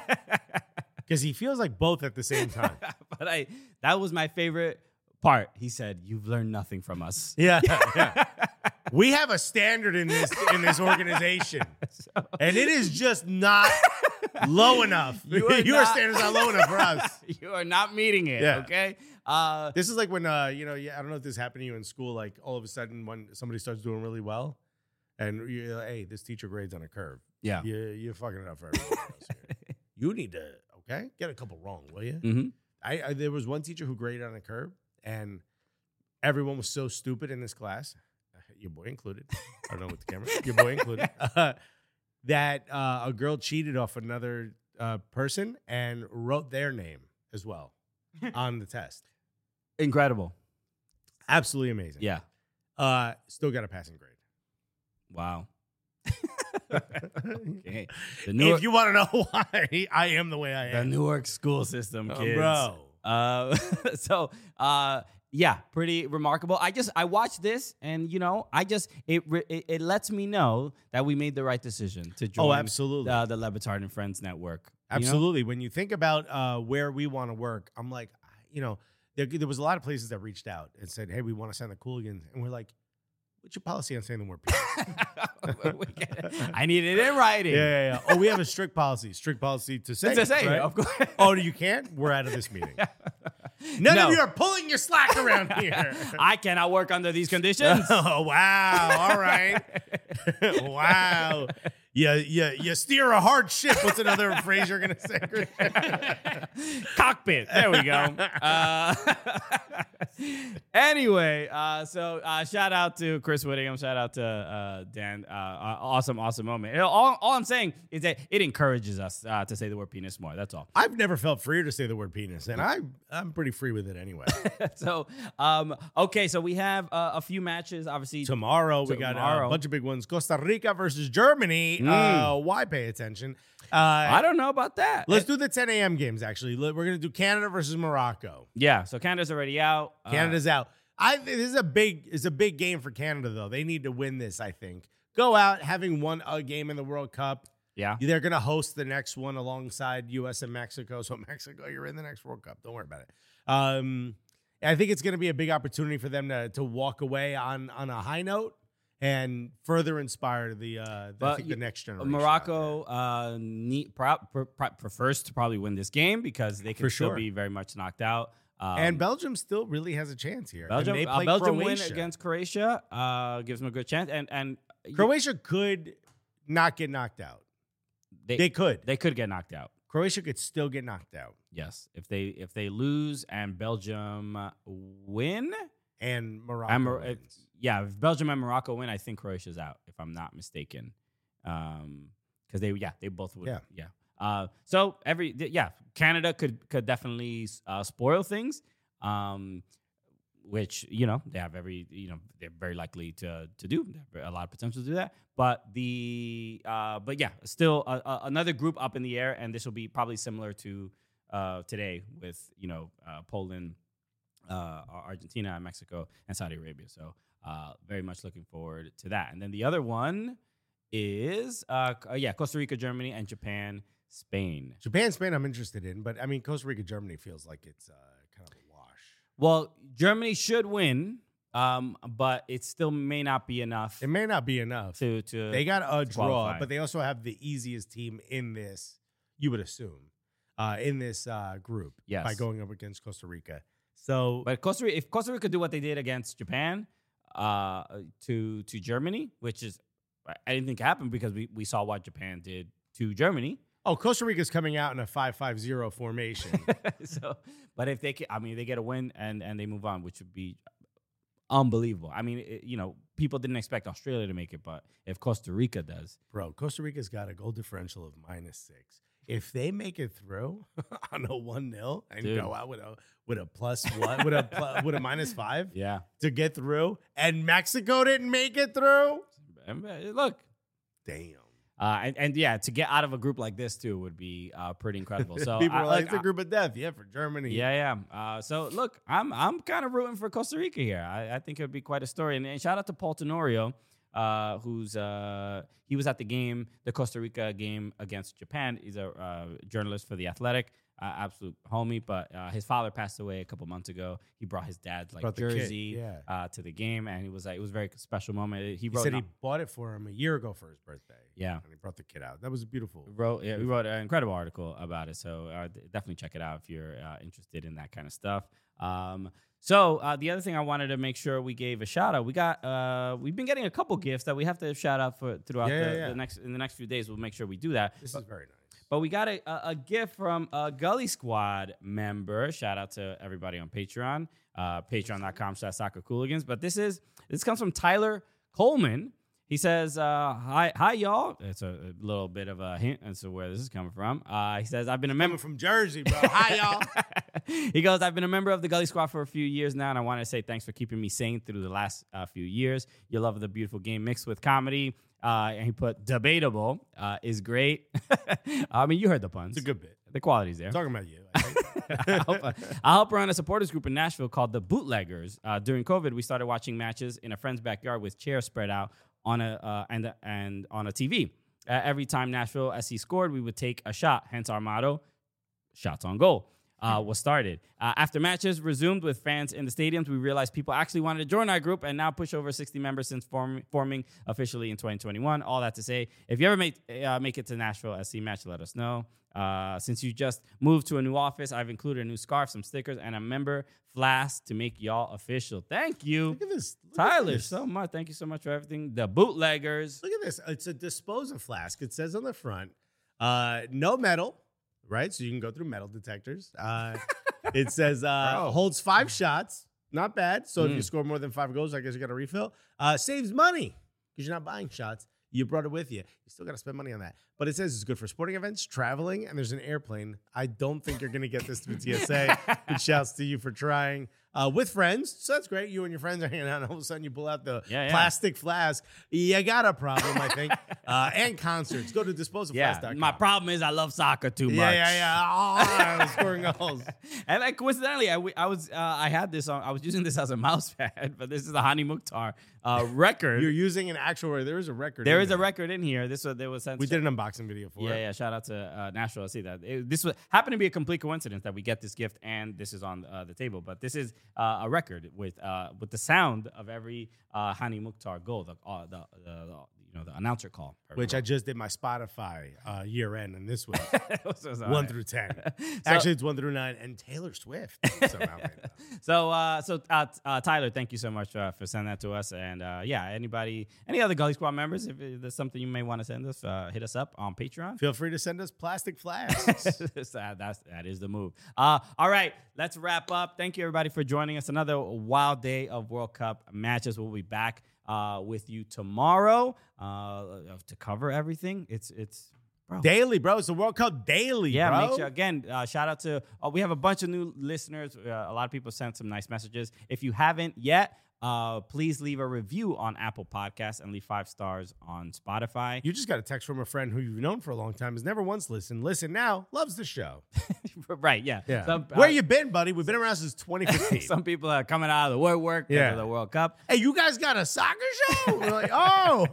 Because he feels like both at the same time. but I that was my favorite part. He said, "You've learned nothing from us." Yeah, yeah. we have a standard in this in this organization, and it is just not low enough. You are Your not- standards are low enough for us. you are not meeting it. Yeah. Okay. Uh, This is like when uh, you know, yeah, I don't know if this happened to you in school. Like all of a sudden, when somebody starts doing really well, and you're like, hey, this teacher grades on a curve. Yeah. you, you're fucking it up for everyone else. here. you need to okay get a couple wrong, will you? Mhm. I, I there was one teacher who graded on a curve, and everyone was so stupid in this class, your boy included. I don't know with the camera, your boy included. uh, that uh, a girl cheated off another uh, person and wrote their name as well on the test. incredible. Absolutely amazing. Yeah. Uh, still got a passing grade. Wow. okay. The Newark, if you want to know why, I am the way I the am. Newark school system, Oh, kids. bro. Uh, so, uh, yeah, pretty remarkable. I just I watched this, and you know, I just it re- it, it lets me know that we made the right decision to join. Oh, absolutely. Uh, the Levitard and Friends Network. You know? Absolutely. When you think about uh, where we want to work, I'm like, I- you know, there, there was a lot of places that reached out and said, hey, we want to sign the Cooligans. And we're like, what's your policy on saying the word penis? We get- I need it in writing. Yeah, yeah, yeah. Oh, we have a strict policy. Strict policy to say. To say, right? of course. Oh, you can't? We're out of this meeting. None No. of you are pulling your slack around here. I cannot work under these conditions. oh, wow. All right. wow. Yeah, yeah, you steer a hard ship. What's another phrase you're gonna say? Chris? cockpit. There we go. Uh, anyway, uh, so uh, shout out to Chris Whittingham. Shout out to uh, Dan. Uh, uh, awesome, awesome moment. And All, all I'm saying is that it encourages us uh, to say the word penis more. That's all. I've never felt freer to say the word penis, and I I'm pretty free with it anyway. so, um, okay, so we have uh, a few matches. Obviously, Tomorrow we got uh, Tomorrow. a bunch of big ones: Costa Rica versus Germany. Mm. Uh, why pay attention? Uh, I don't know about that. Let's do the 10 a.m. games. Actually, Let- we're gonna do Canada versus Morocco. yeah. So Canada's already out. Uh, Canada's out. I this is a big is a big game for Canada though. They need to win this. I think go out having won a game in the World Cup. yeah. They're going to host the next one alongside U.S. and Mexico. So Mexico, you're in the next World Cup. Don't worry about it. Um, I think it's going to be a big opportunity for them to to walk away on on a high note and further inspire the uh, the, I But think you- the next generation. Morocco uh, need, pro, pro, pro- prefers to probably win this game because they can For still sure. be very much knocked out. Um, and Belgium still really has a chance here. And Belgium, they uh, play Belgium win Croatia. against Croatia uh, gives them a good chance, and and Croatia could not get knocked out. They could. they could get knocked out. Croatia could still get knocked out. Yes, if they if they lose and Belgium uh, win, And Morocco. and Mor- if- wins. yeah, if Belgium and Morocco win, I think Croatia's out if I'm not mistaken, because they yeah they both would yeah Yeah. yeah. Uh, so every th- yeah Canada could could definitely uh, spoil things. Um, which you know they have every you know they're very likely to to do They have a lot of potential to do that but the uh but yeah still a, a, another group up in the air and this will be probably similar to uh today with you know uh, Poland uh Ar- Argentina and Mexico and Saudi Arabia so uh very much looking forward to that and then the other one is uh c- uh, yeah Costa Rica Germany and Japan Spain Japan, Spain, I'm interested in, but I mean Costa Rica, Germany feels like it's uh, kind of a wash. well Germany should win Um, but it still may not be enough. It may not be enough to to. They got a to draw, qualify. but they also have the easiest team in this. You would assume, uh, in this uh, group, Yes. by going up against Costa Rica. So, but Costa Rica, if Costa Rica do what they did against Japan, uh, to to Germany, which is uh, I- I didn't think happened because we, we saw what Japan did to Germany. Oh, Costa Rica's coming out in a five-five-zero formation. so, but if they, ca- I mean, they get a win and and they move on, which would be unbelievable. I mean, it- you know, people didn't expect Australia to make it, but if Costa Rica does, Bro, Costa Rica's got a goal differential of minus six. If they make it through on a one 0 and Dude. go out with a with a plus one, with a pl- with a minus five yeah, to get through, and Mexico didn't make it through, And, uh, look, damn. Uh, and, and yeah, to get out of a group like this too would be uh, pretty incredible. So People I- are like, look, it's a group of death. Yeah, for Germany. Yeah, yeah. Uh, so look, I'm I'm kind of rooting for Costa Rica here. I, I think it would be quite a story. And, and shout out to Paul Tenorio, uh, who's uh, he was at the game, the Costa Rica game against Japan. He's a uh, journalist for the Athletic, uh, absolute homie. But uh, his father passed away a couple months ago. He brought his dad's like Brought the kid, jersey yeah. uh, to the game, and it was like it was a very special moment. He He wrote said an- he bought it for him a year ago for his birthday. Yeah. and he brought the kid out. That was beautiful. wrote yeah, we wrote an incredible article about it. So uh, d- definitely check it out if you're uh, interested in that kind of stuff. Um, so uh, the other thing I wanted to make sure we gave a shout out. We got uh, we've been getting a couple gifts that we have to shout out for throughout Yeah, the, yeah, yeah. the next in the next few days. We'll make sure we do that. This But- is very nice. but we got a, a, a gift from a Gully Squad member. Shout out to everybody on Patreon, uh, patreon.com slash soccer cooligans. But this is this comes from Tyler Coleman. He says, uh, hi, hi, y'all. It's a, a little bit of a hint as to where this is coming from. Uh, he says, I've been a member from Jersey, bro. Hi, y'all. he goes, I've been a member of the Gully Squad for a few years now, and I want to say thanks for keeping me sane through the last uh, few years. Your love of the beautiful game mixed with comedy, uh, and he put debatable uh, is great. I mean, you heard the puns. It's a good bit. The quality's there. Talking about you. I help, I help run a supporters group in Nashville called the Bootleggers. Uh, during COVID, we started watching matches in a friend's backyard with chairs spread out on a uh, and and on a TV. Uh, every time Nashville SC scored, we would take a shot. Hence our motto: shots on goal uh, Hmm. was started. Uh, after matches resumed with fans in the stadiums, we realized people actually wanted to join our group and now push over 60 members since form- forming officially in 2021. All that to say, if you ever make, uh, make it to Nashville SC match, let us know. Uh, since you just moved to a new office, I've included a new scarf, some stickers, and a member flask to make y'all official. Thank you, Look at this, look at Tyler, this. so much. Thank you so much for everything. The bootleggers. Look at this. It's a disposal flask. It says on the front, uh, no metal, right? So you can go through metal detectors. Uh, it says uh, holds five shots. Not bad. So if you Mm. score more than five goals, I guess you got to refill. Uh, saves money because you're not buying shots. You brought it with you. You still got to spend money on that. But it says it's good for sporting events, traveling, and there's an airplane. I don't think you're going to get this through TSA. But shouts to you for trying uh, with friends. So that's great. You and your friends are hanging out, and all of a sudden you pull out the Yeah, yeah. plastic flask. You got a problem, I think. uh, and concerts. Go to Yeah, disposalflask.com. my problem is I love soccer too much. yeah, yeah, yeah. Oh, scoring goals. And like coincidentally, I, we- I was uh, I had this on. I was using this as a mouse pad, but this is the Hani Mukhtar uh, record. You're using an actual. There is a record. there in is a record in here. This was there was sent. We did an unboxing video for yeah, it. yeah. Shout out to uh, Nashville. I see that It- this was happened to be a complete coincidence that we get this gift and this is on uh, the table. But this is uh, a record with uh, with the sound of every uh, Hani Mukhtar goal, the, uh, the, the, the you know the announcer call, Which I just did my Spotify uh, year end, and this was So it's one all right. through ten. So- Actually, it's one through nine, and Taylor Swift. somehow made it. So, uh, so uh, t- uh, Tyler, thank you so much uh, for sending that to us. And uh, yeah, anybody, any other Gully Squad members, if there's something you may want to send us, uh, hit us up on Patreon. Feel free to send us plastic flasks. that, that's, that is the move. Uh, all right, let's wrap up. Thank you, everybody, for joining us. Another wild day of World Cup matches. We'll be back uh, with you tomorrow uh, to cover everything. It's it's daily, bro. It's the World Cup daily, yeah, bro. make sure again. Uh, shout out to uh, we have a bunch of new listeners. Uh, a lot of people sent some nice messages. If you haven't yet, uh, please leave a review on Apple Podcasts and leave five stars on Spotify. You just got a text from a friend who you've known for a long time, has never once listened, listen now, loves the show. right? Yeah. Yeah. Some, Where uh, you been, buddy? We've been around since 2015. Some people are coming out of the woodwork because Yeah. of the World Cup. hey, you guys got a soccer show? We're like, oh,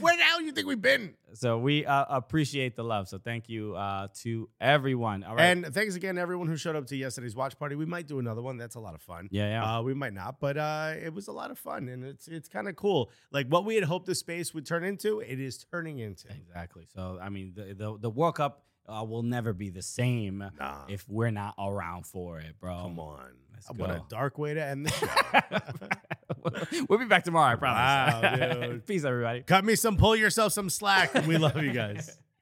where the hell you think we've been? So we uh, appreciate the love. So thank you uh, to everyone. All right. And thanks again, to everyone who showed up to yesterday's watch party. We might do another one. That's a lot of fun. Yeah, yeah. Uh, we might not, but uh, it it was a lot of fun, and it's it's kind of cool. Like what we had hoped the space would turn into, it is turning into. Exactly. So I mean, the the, the World Cup uh, will never be the same Nah. if we're not around for it, bro. Come on, Let's what a go. dark way to end the show. we'll be back tomorrow, I promise. Wow, dude. Peace, everybody. Cut me some, pull yourself some slack. We love you guys.